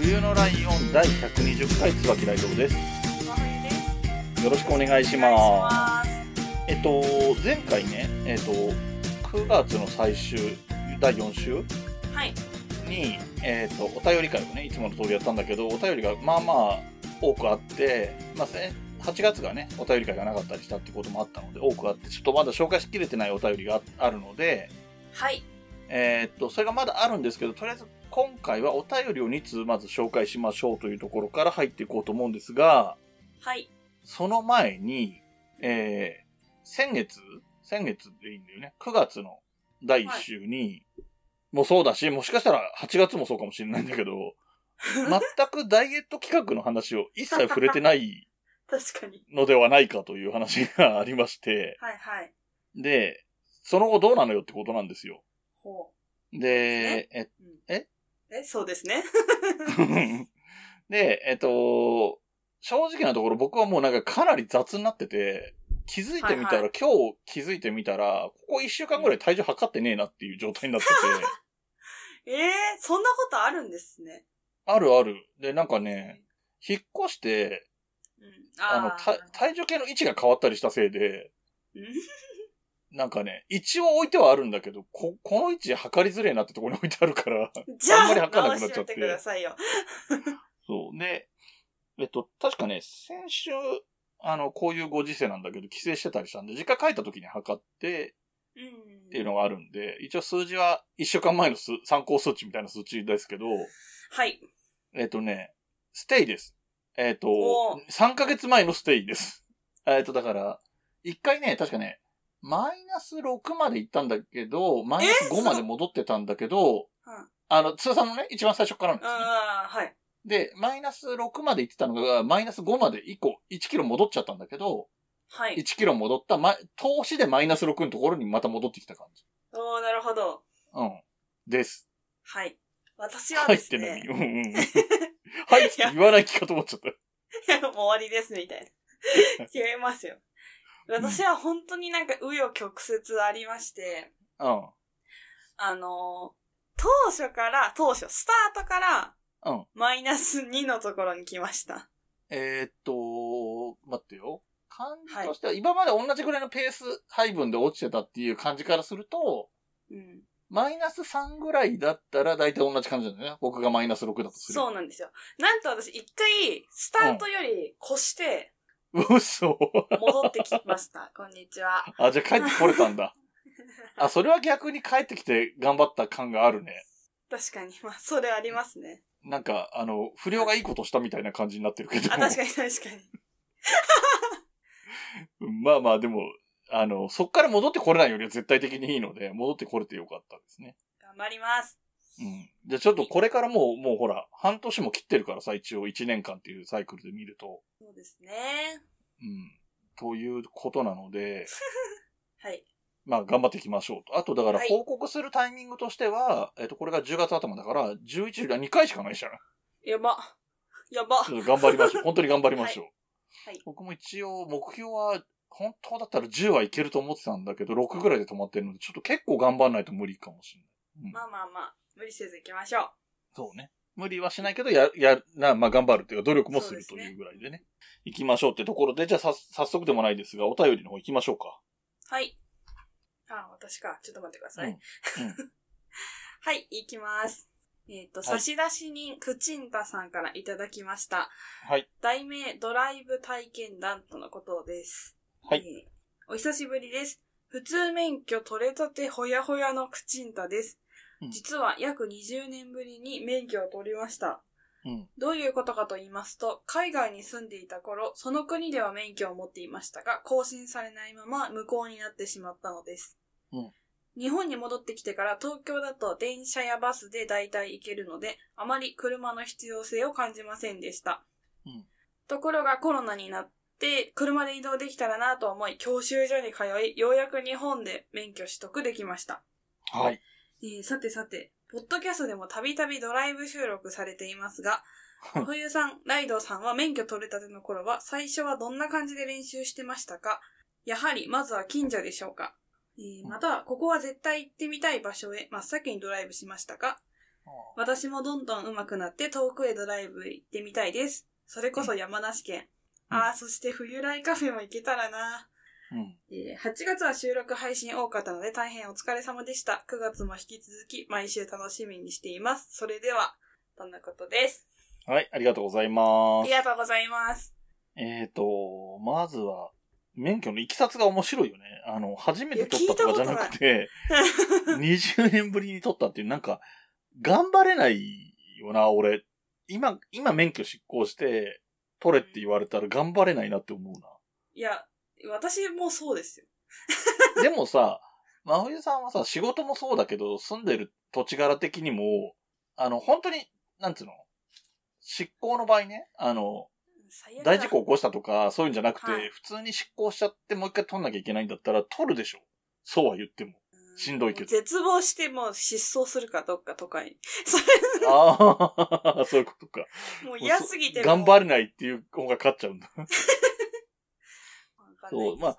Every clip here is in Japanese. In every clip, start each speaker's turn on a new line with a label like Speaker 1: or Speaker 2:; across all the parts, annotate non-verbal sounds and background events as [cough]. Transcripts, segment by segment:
Speaker 1: 冬のライオン第120回椿ライオンです。よろしくお願いします。えっと、前回ね、えっと、9月の最終、第4週
Speaker 2: すはい
Speaker 1: に、えっと、お便り会をね、いつもの通りやったんだけど、お便りがまあまあ多くあって、まあ、せ8月がね、お便り会がなかったりしたってこともあったので、多くあって、ちょっとまだ紹介しきれてないお便りがああるので、
Speaker 2: はい
Speaker 1: えーっと、それがまだあるんですけど、とりあえず今回はお便りを2通まず紹介しましょうというところから入っていこうと思うんですが、
Speaker 2: はい
Speaker 1: その前に、えー、先月先月でいいんだよね。9月の第1週に、もうそうだし、もしかしたら8月もそうかもしれないんだけど、全くダイエット企画の話を一切触れてない
Speaker 2: 確かに
Speaker 1: のではないかという話がありまして、
Speaker 2: はいはい
Speaker 1: で、その後どうなのよってことなんですよ。
Speaker 2: ほ
Speaker 1: で、えっ
Speaker 2: うえそうですね [laughs]
Speaker 1: [laughs] で、えっと、正直なところ僕はもうなんかかなり雑になってて、気づいてみたら、
Speaker 2: はいは
Speaker 1: 今日気づいてみたら、ここ一週間ぐらい体重測ってねえなっていう状態に
Speaker 2: [laughs]
Speaker 1: なってて、
Speaker 2: えー、そんなことあるんですね
Speaker 1: あるある。で、なんかね、引っ越して、
Speaker 2: うん
Speaker 1: あの、
Speaker 2: あー
Speaker 1: た体重計の位置が変わったりしたせいで、
Speaker 2: うん
Speaker 1: なんかね、一応置いてはあるんだけど、こ、この位置測りづれえなってところに置いてあるから、 [laughs]
Speaker 2: じゃ
Speaker 1: [laughs] あん
Speaker 2: あ
Speaker 1: まり測らな
Speaker 2: 直
Speaker 1: くなっ
Speaker 2: し
Speaker 1: ちゃ
Speaker 2: て
Speaker 1: って
Speaker 2: てくださいよ
Speaker 1: そう。で、えっと、確かね、先週、あの、こういうご時世なんだけど、帰省してたりしたんで、実家帰った時に測って
Speaker 2: うん
Speaker 1: っていうのがあるんで、一応数字は1週間前の数参考数値みたいな数値ですけど、
Speaker 2: はい
Speaker 1: えっとね、ステイです。えっと
Speaker 2: おー、
Speaker 1: 3ヶ月前のステイです。えっと、だから、1回ね、確かね、マイナス6まで行ったんだけど、マイナス5まで戻ってたんだけど、
Speaker 2: うん
Speaker 1: あの、通算のね、一番最初からなんですね。
Speaker 2: あーはい
Speaker 1: で、マイナス6まで行ってたのが、マイナス5まで1個、1キロ戻っちゃったんだけど、
Speaker 2: はい
Speaker 1: 1キロ戻った、ま、投資でマイナス6のところにまた戻ってきた感じ。
Speaker 2: おーなるほど
Speaker 1: うん。です。
Speaker 2: はい私は
Speaker 1: 入
Speaker 2: で
Speaker 1: っ
Speaker 2: す
Speaker 1: てな
Speaker 2: ね
Speaker 1: い。うんうん。入って言わない気かと思っちゃった。
Speaker 2: いやもう [laughs] 終わりですみたい
Speaker 1: [laughs]
Speaker 2: な。違いますよ。私は本当になんか紆余曲折ありまして、
Speaker 1: う
Speaker 2: あのー当初から、当初、スタートから、
Speaker 1: ん。うん。
Speaker 2: マイナス2のところに来ました。
Speaker 1: えーっと、待ってよ。感じとしては、今まで同じぐらいのペース配分で落ちてたっていう感じからすると、
Speaker 2: うん。
Speaker 1: マイナス3ぐらいだったら大体同じ感じなんだよね。僕がマイナス6だとする。
Speaker 2: そうなんですよ。なんと私一回、スタートより越して
Speaker 1: う。 [laughs] 嘘。
Speaker 2: 戻ってきま
Speaker 1: [laughs]
Speaker 2: した。こんにちは。
Speaker 1: あ、じゃあ帰ってこれたん [laughs] だ。あ、それは逆に帰ってきて頑張った感があるね。
Speaker 2: 確かに、まあ、それありますね。
Speaker 1: なんか、あの、不良がいいことしたみたいな感じになってるけど。
Speaker 2: あ、確かに確かに。
Speaker 1: うんまあまあ、でも、あの、そっから戻ってこれないよりは絶対的にいいので、戻ってこれてよかったですね。
Speaker 2: 頑張ります。
Speaker 1: うん。じゃあちょっとこれからもう、もうほら、半年も切ってるからさ、一応1年間っていうサイクルで見ると。
Speaker 2: そうですね。
Speaker 1: うん。ということなので、
Speaker 2: はい。
Speaker 1: まあ頑張っていきましょうと。あとだから
Speaker 2: はい
Speaker 1: 報告するタイミングとしては、えっと、これが10月頭だから、11が2回しかないじゃん。
Speaker 2: やば。やば。
Speaker 1: ちょっと頑張り
Speaker 2: [laughs]
Speaker 1: ましょう。本当に頑張りましょう。
Speaker 2: はいはい
Speaker 1: 僕も一応、目標は、本当だったら10はいけると思ってたんだけど、6ぐらいで止まってるので、ちょっと結構頑張らないと無理かもしれない。うん
Speaker 2: まあまあまあ、無理せず行きましょう。
Speaker 1: そうね。無理はしないけど、や、や、な、まあ、頑張るっていうか、努力もすると
Speaker 2: そうです
Speaker 1: い
Speaker 2: ね
Speaker 1: うぐらいでね。行きましょうってところで、じゃあさ、早速でもないですが、お便りの方行きましょうか。
Speaker 2: はい。あ、私か。ちょっと待ってください。
Speaker 1: うんうん
Speaker 2: [laughs] はい、行きます。えっ、と、
Speaker 1: はい
Speaker 2: 差出人、くちんたさんからいただきました。
Speaker 1: はい。
Speaker 2: 題名、ドライブ体験談とのことです。
Speaker 1: はい
Speaker 2: えーお久しぶりです。普通免許取れたてほやほやのくちんたです
Speaker 1: うん。
Speaker 2: 実は約20年ぶりに免許を取りました。
Speaker 1: うん。
Speaker 2: どういうことかと言いますと、海外に住んでいた頃、その国では免許を持っていましたが、更新されないまま無効になってしまったのです。
Speaker 1: うん
Speaker 2: 日本に戻ってきてから東京だと電車やバスで大体行けるので、あまり車の必要性を感じませんでした。
Speaker 1: うん
Speaker 2: ところがコロナになって、車で移動できたらなと思い、教習所に通い、ようやく日本で免許取得できました。
Speaker 1: はい。
Speaker 2: えーさてさて、ポッドキャストでもたびたびドライブ収録されていますが、冬さん、ライドさんは免許取れたての頃は、最初はどんな感じで練習してましたかやはり、まずは近所でしょうか、えーまたは、ここは絶対行ってみたい場所へ真っ先にドライブしましたか私もどんどん上手くなって遠くへドライブ行ってみたいです。それこそ山梨県。
Speaker 1: うん
Speaker 2: ああ、そして冬来カフェも行けたらな。
Speaker 1: うん。
Speaker 2: えー8月は収録配信多かったので大変お疲れ様でした。9月も引き続き毎週楽しみにしています。それでは、どんなことです。
Speaker 1: はい、ありがとうござい
Speaker 2: あ
Speaker 1: ま
Speaker 2: り
Speaker 1: す。
Speaker 2: がとうございます。
Speaker 1: えっ、と、まずは、免許のいきさつが面白いよね。あの、初めて取
Speaker 2: いや
Speaker 1: ったと
Speaker 2: 聞いた
Speaker 1: かじ
Speaker 2: こ
Speaker 1: ゃ
Speaker 2: とな
Speaker 1: な
Speaker 2: い
Speaker 1: くて、20年 [laughs] ぶりに取ったっていう、なんか、頑張れないよな、俺。今、今免許執行して、取れって言われたら頑張れないなって思う
Speaker 2: いや、私もそうですよ。
Speaker 1: な。でもさ、真冬さんはさ、仕事もそうだけど、住んでる土地柄的にも、あの、本当に、なんつうの執行の場合ね、あの、
Speaker 2: 最悪だ
Speaker 1: 大事故起こしたとか、そういうんじゃなくて、
Speaker 2: はい
Speaker 1: 普通に執行しちゃってもう一回取んなきゃいけないんだったら、取るでしょ。そうは言っても。しんど
Speaker 2: [laughs]
Speaker 1: いけど
Speaker 2: 絶望してもう失踪するかどっかとかに。 [laughs]
Speaker 1: ああ、 [laughs] そういうことか。
Speaker 2: もう嫌すぎてもう
Speaker 1: 頑張れないっていう方が勝っちゃうんだ。
Speaker 2: わかんないですけど
Speaker 1: そうまあ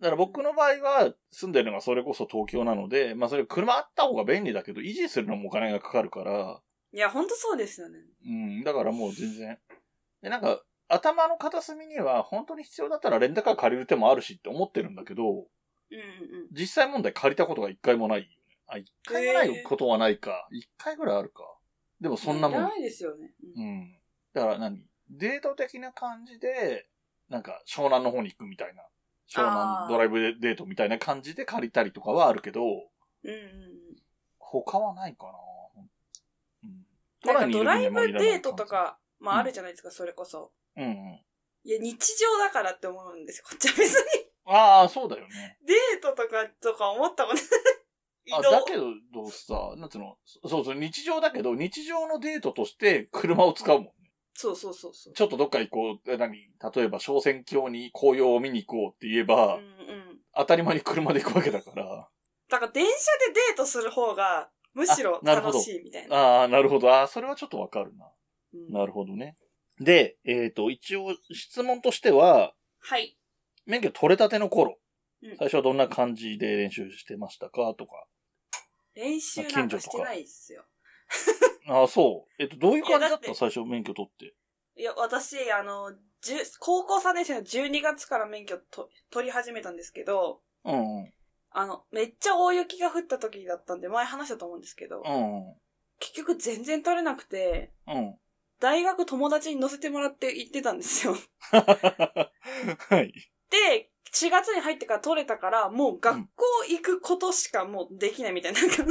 Speaker 1: だから僕の場合は、住んでるのがそれこそ東京なので、まあそれ車あった方が便利だけど、維持するのもお金がかかるから、
Speaker 2: いや、ほんとそうですよね。
Speaker 1: うん、だからもう全然。で、なんか、頭の片隅には、本当に必要だったらレンタカー借りる手もあるしって思ってるんだけど、
Speaker 2: うんうんうん。
Speaker 1: 実際問題借りたことが一回もないよね。あ、一回もないことはないか。一、回ぐらいあるか。でもそんなも
Speaker 2: いら
Speaker 1: ん。
Speaker 2: ないですよね。うん
Speaker 1: うん。だから何デート的な感じで、なんか湘南の方に行くみたいな。湘
Speaker 2: あ
Speaker 1: 南
Speaker 2: ー
Speaker 1: ドライブデートみたいな感じで借りたりとかはあるけど、
Speaker 2: うんうんうん。
Speaker 1: 他はないかな。うん。
Speaker 2: なんかドライ
Speaker 1: 都内にいる
Speaker 2: ブ
Speaker 1: にはいらな
Speaker 2: デ
Speaker 1: い
Speaker 2: ートとか、まああるじゃないですか、それこそ。
Speaker 1: 感じ。うんうん。
Speaker 2: いや、日常だからって思うんですよ。こっちは別に
Speaker 1: ああ、そうだよね。
Speaker 2: デートとか、とか思ったことない。移
Speaker 1: あ
Speaker 2: 動。
Speaker 1: だけど、どうさ、なんつうの、そうそう、日常だけど、日常のデートとして車を使うもんね。
Speaker 2: そうそうそうそう。
Speaker 1: ちょっとどっか行こう、え何例えば、小仙峡に紅葉を見に行こうって言えば、
Speaker 2: うんうん。
Speaker 1: 当たり前に車で行くわけだから。
Speaker 2: だから電車でデートする方が、むしろ
Speaker 1: あなるほど
Speaker 2: 楽しいみたいな。
Speaker 1: ああ、なるほど。ああ、それはちょっとわかるな。
Speaker 2: うん
Speaker 1: なるほどね。で、えっ、と、一応、質問としては、
Speaker 2: はい。
Speaker 1: 免許取れたての頃、
Speaker 2: うん
Speaker 1: 最初はどんな感じで練習してましたかとか。
Speaker 2: 練習なんかしてないですよ。
Speaker 1: ああ、そう。えっ、と、どういう感じだっ
Speaker 2: いやだ
Speaker 1: た
Speaker 2: って
Speaker 1: 最初免許取って。
Speaker 2: いや、私、あの、じゅ高校3年生の12月から免許と取り始めたんですけど、
Speaker 1: うんうん。
Speaker 2: あの、めっちゃ大雪が降った時だったんで、前話したと思うんですけど、
Speaker 1: うんうん。
Speaker 2: 結局全然取れなくて、 [laughs]
Speaker 1: うん。
Speaker 2: 大学友達に乗せてもらって行ってたんですよ。
Speaker 1: はい。
Speaker 2: で、4月に入ってから取れたから、もう学校行くことしかもうできないみたいな。なんか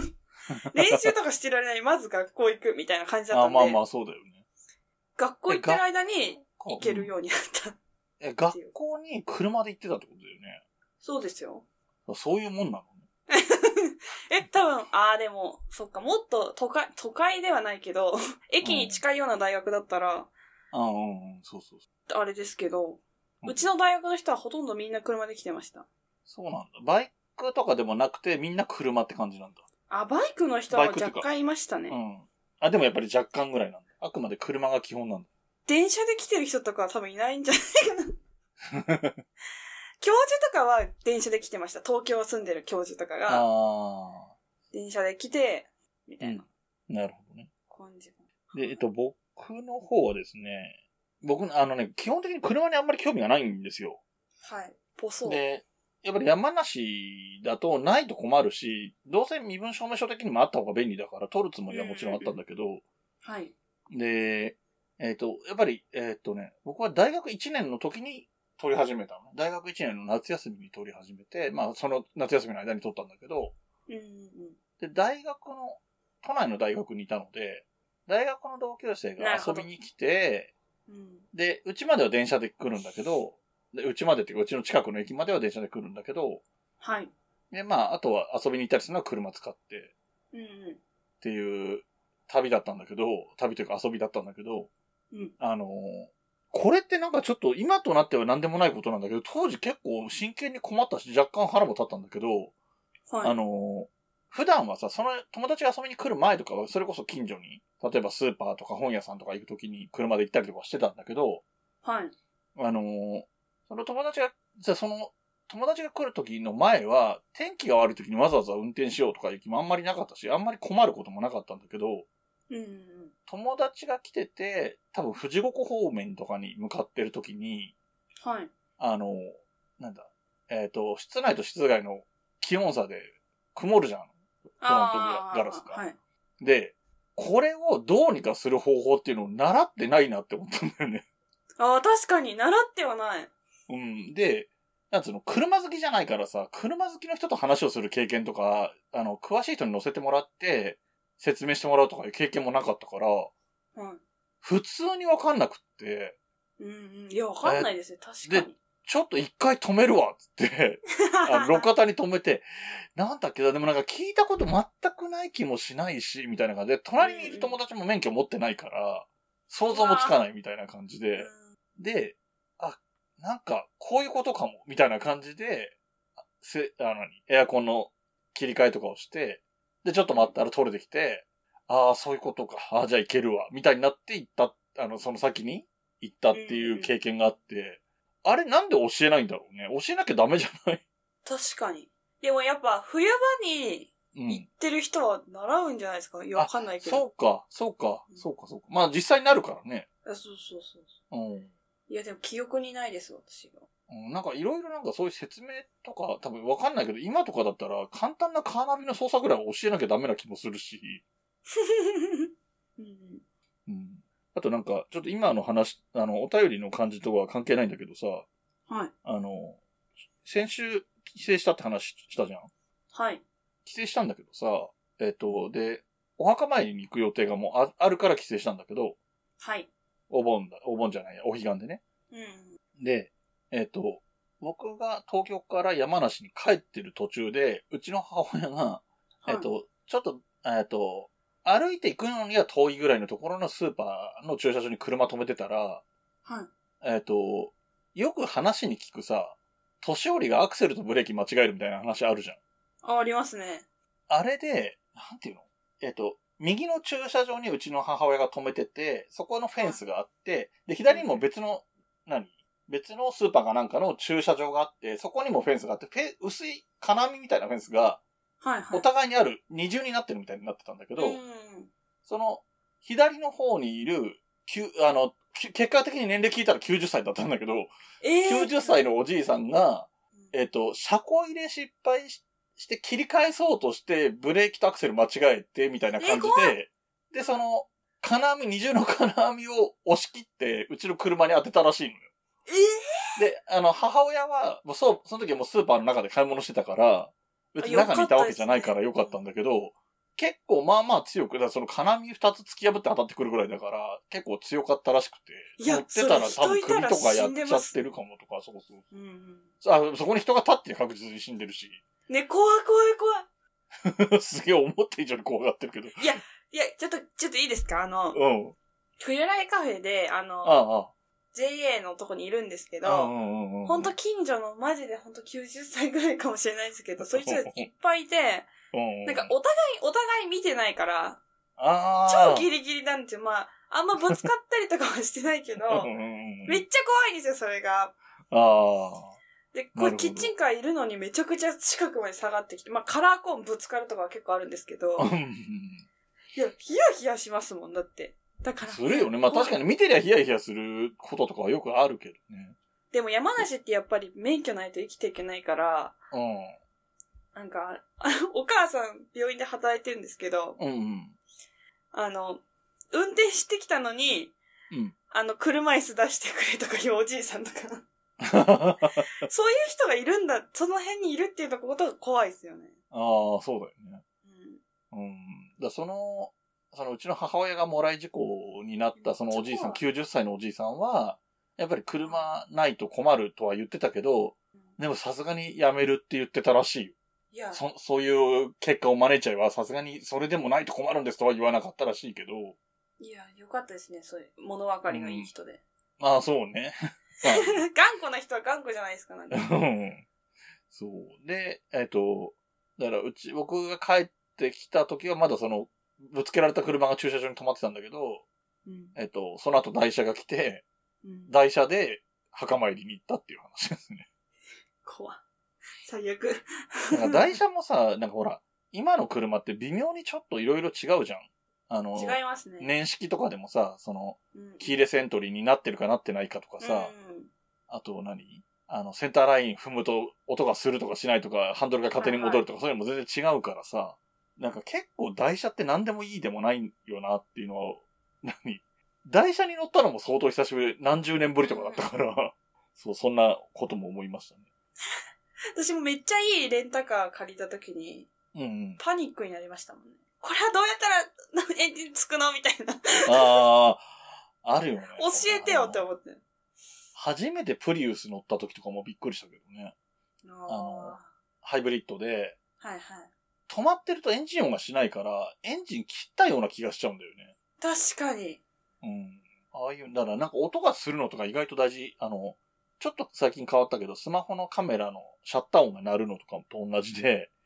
Speaker 2: 練習とかしてられない。まず学校行くみたいな感じだった
Speaker 1: あ
Speaker 2: んで。
Speaker 1: まあまあ、そうだよね。
Speaker 2: 学校行ってる間に行けるよ
Speaker 1: よ。
Speaker 2: うになった。
Speaker 1: え、学校に車で行ってたってことだよね。
Speaker 2: そうですよ。
Speaker 1: そういうもんなの
Speaker 2: え、多分、ああ、でも、そっか、もっと都会、都会ではないけど、 [laughs] 駅に近いような大学だったら、
Speaker 1: あうんうん、そうそうそ
Speaker 2: あれですけど、
Speaker 1: う。
Speaker 2: うちの大学の人はほとんどみんな車で来てました。
Speaker 1: そうなんだ。バイクとかでもなくて、みんな車って感じなんだ。
Speaker 2: あ、バイクの人は
Speaker 1: バイクっていう
Speaker 2: 若
Speaker 1: か
Speaker 2: 干いましたね
Speaker 1: う。ん。あ、でもやっぱり若干ぐらいなんだ。あくまで車が基本なんだ。
Speaker 2: 電車で来てる人とかは多分いないんじゃないかな。教授とかは電車で来てました。東京住んでる教授とかが
Speaker 1: あ
Speaker 2: 電車で来て、みたいな
Speaker 1: ー。なるほどね。
Speaker 2: 感じ。
Speaker 1: で、えっと、僕の方はですね、僕の、あのね、基本的に車にあんまり興味がないんですよ。
Speaker 2: はい。ぽそう。
Speaker 1: で、やっぱり山梨だとないと困るし、どうせ身分証明書的にもあった方が便利だから、取るつもりはもちろんあったんだけど、
Speaker 2: はい。
Speaker 1: で、えっ、と、やっぱり、えっ、とね、僕は大学1年の時に撮り始めたのね。大学1年の夏休みに撮り始めて、まあ、その夏休みの間に撮ったんだけど、
Speaker 2: うんうん
Speaker 1: で、大学の、都内の大学にいたので、大学の同級生
Speaker 2: な
Speaker 1: が
Speaker 2: るほ
Speaker 1: 遊
Speaker 2: ど
Speaker 1: びに来て、
Speaker 2: うん。うん。
Speaker 1: で、うちまでは電車で来るんだけど、でうちまでっていうか、うちの近くの駅までは電車で来るんだけど、
Speaker 2: はい。
Speaker 1: で、まあ、あとは遊びに行ったりするのは車使って
Speaker 2: うんうん。
Speaker 1: っていう旅だったんだけど、旅というか遊びだったんだけど、
Speaker 2: うん
Speaker 1: あのーこれってなんかちょっと今となっては何でもないことなんだけど、当時結構真剣に困ったし、若干腹も立ったんだけど、
Speaker 2: はい。
Speaker 1: あのー普段はさ、その友達が遊びに来る前とかは、それこそ近所に、例えばスーパーとか本屋さんとか行くときに車で行ったりとかしてたんだけど、
Speaker 2: はい。
Speaker 1: あのーその友達が、じゃあその、友達が来る時の前は、天気が悪い時にわざわざ運転しようとかいう気もあんまりなかったし、あんまり困ることもなかったんだけど、
Speaker 2: うんうん。
Speaker 1: 友達が来てて、多分富士五湖方面とかに向かってる時に、
Speaker 2: はい。
Speaker 1: あのーなんだ、えっ、と、室内と室外の気温差で曇るじゃん。フロント
Speaker 2: あー
Speaker 1: ガラスか
Speaker 2: はい。
Speaker 1: で、これをどうにかする方法っていうのを習ってないなって思ったんだよね。
Speaker 2: ああ、確かに、習ってはない。
Speaker 1: うん。で、なんつうの、車好きじゃないからさ、車好きの人と話をする経験とか、あの、詳しい人に乗せてもらって、説明してもらうとかいう経験もなかったから、
Speaker 2: は
Speaker 1: 普通にわかんなくって、
Speaker 2: い。うんうん。いや、わかんないですね。確かに。
Speaker 1: ちょっと一回止めるわっつって、あの
Speaker 2: [laughs]
Speaker 1: 路肩に止めて、なんだっけな、でもなんか聞いたこと全くない気もしないし、みたいな感じで、隣にいる友達も免許持ってないから、想像もつかないみたいな感じで、で、あ、なんか、こういうことかも、みたいな感じで、せ、あの、エアコンの切り替えとかをして、で、ちょっと待ったら取れてきて、ああ、そういうことか。ああ、じゃあいけるわ。みたいになって行った、あの、その先に行ったっていう経験があって、あれなんで教えないんだろうね。教えなきゃダメじゃない
Speaker 2: 確かに。でもやっぱ、冬場に
Speaker 1: う
Speaker 2: 行
Speaker 1: ん。
Speaker 2: ってる人は習うんじゃないですかいや、
Speaker 1: あ
Speaker 2: わかんないけど。
Speaker 1: そうか、そうか、そうか、そうか。まあ実際になるからね。
Speaker 2: あそうそうそうそう。
Speaker 1: うん。
Speaker 2: いや、でも記憶にないです、私
Speaker 1: [laughs]
Speaker 2: が。
Speaker 1: うんなんかいろいろなんかそういう説明とか多分わかんないけど、今とかだったら簡単なカーナビの操作ぐらいは教えなきゃダメな気もするし、
Speaker 2: うんうん。
Speaker 1: うん。あとなんか、ちょっと今の話、あの、お便りの感じとは関係ないんだけどさ、
Speaker 2: はい。
Speaker 1: あの、先週帰省したって話したじゃん
Speaker 2: はい。
Speaker 1: 帰省したんだけどさ、えっ、と、で、お墓参りに行く予定がもうああるから帰省したんだけど、
Speaker 2: はい。
Speaker 1: お盆だ、お盆じゃないや、お彼岸でね。
Speaker 2: うん
Speaker 1: で、えっ、と、僕が東京から山梨に帰ってる途中で、うちの母親が、
Speaker 2: はい
Speaker 1: えっ、と、ちょっと、えっ、と、歩いて行くのには遠いぐらいのところのスーパーの駐車場に車止めてたら、
Speaker 2: はい。
Speaker 1: えっ、と、よく話に聞くさ、年寄りがアクセルとブレーキ間違えるみたいな話あるじゃん。
Speaker 2: あ、ありますね。
Speaker 1: あれで、なんていうのえっ、と、右の駐車場にうちの母親が止めてて、そこのフェンスがあって、で、左にも別の、何別のスーパーかなんかの駐車場があって、そこにもフェンスがあって、フェ薄い金網みたいなフェンスが、
Speaker 2: はいはい。
Speaker 1: お互いにある二重になってるみたいになってたんだけど、
Speaker 2: うんうん。
Speaker 1: その、左の方にいる、きゅあの、き結果的に年齢聞いたら90歳だったんだけど、
Speaker 2: えー、
Speaker 1: 90歳のおじいさんが、
Speaker 2: うん
Speaker 1: えっ、と、車庫入れ失敗しして切り返そうとして、ブレーキとアクセル間違えて、みたいな感じ
Speaker 2: え怖
Speaker 1: で、で、その、金網、二重の金網を押し切って、うちの車に当てたらしいのよ。
Speaker 2: え
Speaker 1: で、あの、母親は、もうそう、その時はもうスーパーの中で買い物してたから、別に中にいたわけじゃないからよかったんだけど、結構まあまあ強く、だからその金網二つ突き破って当たってくるぐらいだから、結構強かったらしく
Speaker 2: い
Speaker 1: て、
Speaker 2: や
Speaker 1: 乗ってたら
Speaker 2: それ
Speaker 1: 多分
Speaker 2: 人いた
Speaker 1: 首
Speaker 2: ら
Speaker 1: とかや
Speaker 2: 死ん
Speaker 1: っ
Speaker 2: で
Speaker 1: ちゃ
Speaker 2: ま
Speaker 1: っ
Speaker 2: す
Speaker 1: てるかもとか、そうそう
Speaker 2: ー、うんうん。
Speaker 1: あそこに人が立って確実に死んでるし。 [laughs]
Speaker 2: ね、怖い怖い怖い。
Speaker 1: すげえ思った以上に怖がってるけど。
Speaker 2: いや、ちょっと、ちょっといいですかあの、
Speaker 1: うん。
Speaker 2: 冬来カフェで、あ
Speaker 1: あ
Speaker 2: の、
Speaker 1: あ、
Speaker 2: JA のとこにいるんですけ
Speaker 1: ああ。
Speaker 2: ど、
Speaker 1: うんうんうんうん。
Speaker 2: ほんと近所のマジでほんと90歳ぐらいかもしれないですけど、そういう人たちいっぱいいて、
Speaker 1: うんうん。
Speaker 2: なんかお互い、お互い見てないから、
Speaker 1: ああ。
Speaker 2: 超ギリギリなんですよ。まあ、あんまぶつかったりとかはしてないけど、
Speaker 1: うん [laughs] うんうん
Speaker 2: めっちゃ怖いんですよ、それが。
Speaker 1: ああ。
Speaker 2: で、
Speaker 1: な
Speaker 2: これ
Speaker 1: るほど
Speaker 2: キッチンカーいるのにめちゃくちゃ近くまで下がってきて、まあカラーコーンぶつかるとかは結構あるんですけど、
Speaker 1: うん
Speaker 2: いや、ヒヤヒヤしますもん、だって。だから。
Speaker 1: [laughs] するよね。まあ確か
Speaker 2: に。
Speaker 1: に見てりゃヒヤヒヤすることとかはよくあるけどね。
Speaker 2: でも山梨ってやっぱり免許ないと生きていけないから、なんか、 [laughs] あお母さん病院で働いてるんですけど、
Speaker 1: うん。うんうん。 [laughs]
Speaker 2: あの、運転してきたのに、
Speaker 1: うん
Speaker 2: あの、車椅子出してくれとかいうおじいさんと
Speaker 1: [laughs]
Speaker 2: か。そういう人がいるんだ、その辺にいるっていうことが怖いですよね。
Speaker 1: ああ、そうだよね。
Speaker 2: うん
Speaker 1: うん。だからその、そのうちの母親がもらい事故になったそのおじいさん、
Speaker 2: そ
Speaker 1: 90歳のおじいさんは、やっぱり車ないと困るとは言ってたけど、でもさすがに辞めるって言ってたらしいよ。
Speaker 2: いや、
Speaker 1: そ、そういう結果を招いちゃえば、さすがにそれでもないと困るんですとは言わなかったらしいけど、
Speaker 2: いや、よかったですね。そういう、物分かりのいい人で。
Speaker 1: ああ、そう [laughs] ね。
Speaker 2: 頑固な人は頑固じゃないですか、なんか。
Speaker 1: うん [laughs] そう。で、えっ、と、だからうち、僕が帰ってきた時はまだその、ぶつけられた車が駐車場に止まってたんだけど、
Speaker 2: うん。
Speaker 1: えっ、と、その後台車が来て、
Speaker 2: うん、
Speaker 1: 台車で墓参りに行ったっていう話です
Speaker 2: [laughs]
Speaker 1: ね。
Speaker 2: 怖い最悪。
Speaker 1: なんか台車もさ、なんかほら、今の車って微妙にちょっといろいろ違うじゃん。あの、
Speaker 2: 違いますね。
Speaker 1: 年式とかでもさ、その、
Speaker 2: うん。
Speaker 1: キーレセントリーになってるかなってないかとかさ、
Speaker 2: うん
Speaker 1: あと何あの、センターライン踏むと音がするとかしないとか、ハンドルが勝手に戻るとか、そういうのも全然違うからさ、なんか結構台車って何でもいいでもないよなっていうのは、何台車に乗ったのも相当久しぶり、何十年ぶりとかだった
Speaker 2: [laughs]
Speaker 1: から、そう、そんなことも思いましたね。
Speaker 2: 私もめっちゃいいレンタカー借りた時に、
Speaker 1: う
Speaker 2: [laughs]
Speaker 1: んうん。
Speaker 2: パニックになりましたもんね。これはどうやったら [laughs] エンジンつくのみたいな。教
Speaker 1: ああ、あるよね。
Speaker 2: えてよって
Speaker 1: あの
Speaker 2: 思って。
Speaker 1: 初めてプリウス乗った時とかもびっくりしたけどね。
Speaker 2: あ
Speaker 1: の
Speaker 2: あ
Speaker 1: ハイブリッドで、
Speaker 2: ーはいはい。
Speaker 1: 止まってるとエンジン音がしないから、エンジン切ったような気がしちゃうんだよね。
Speaker 2: 確かに。
Speaker 1: うん。ああいう、だからなんか音がするのとか意外と大事。あの、ちょっと最近変わったけど、スマホのカメラのシャッター音が鳴るのとかと同じで、
Speaker 2: うん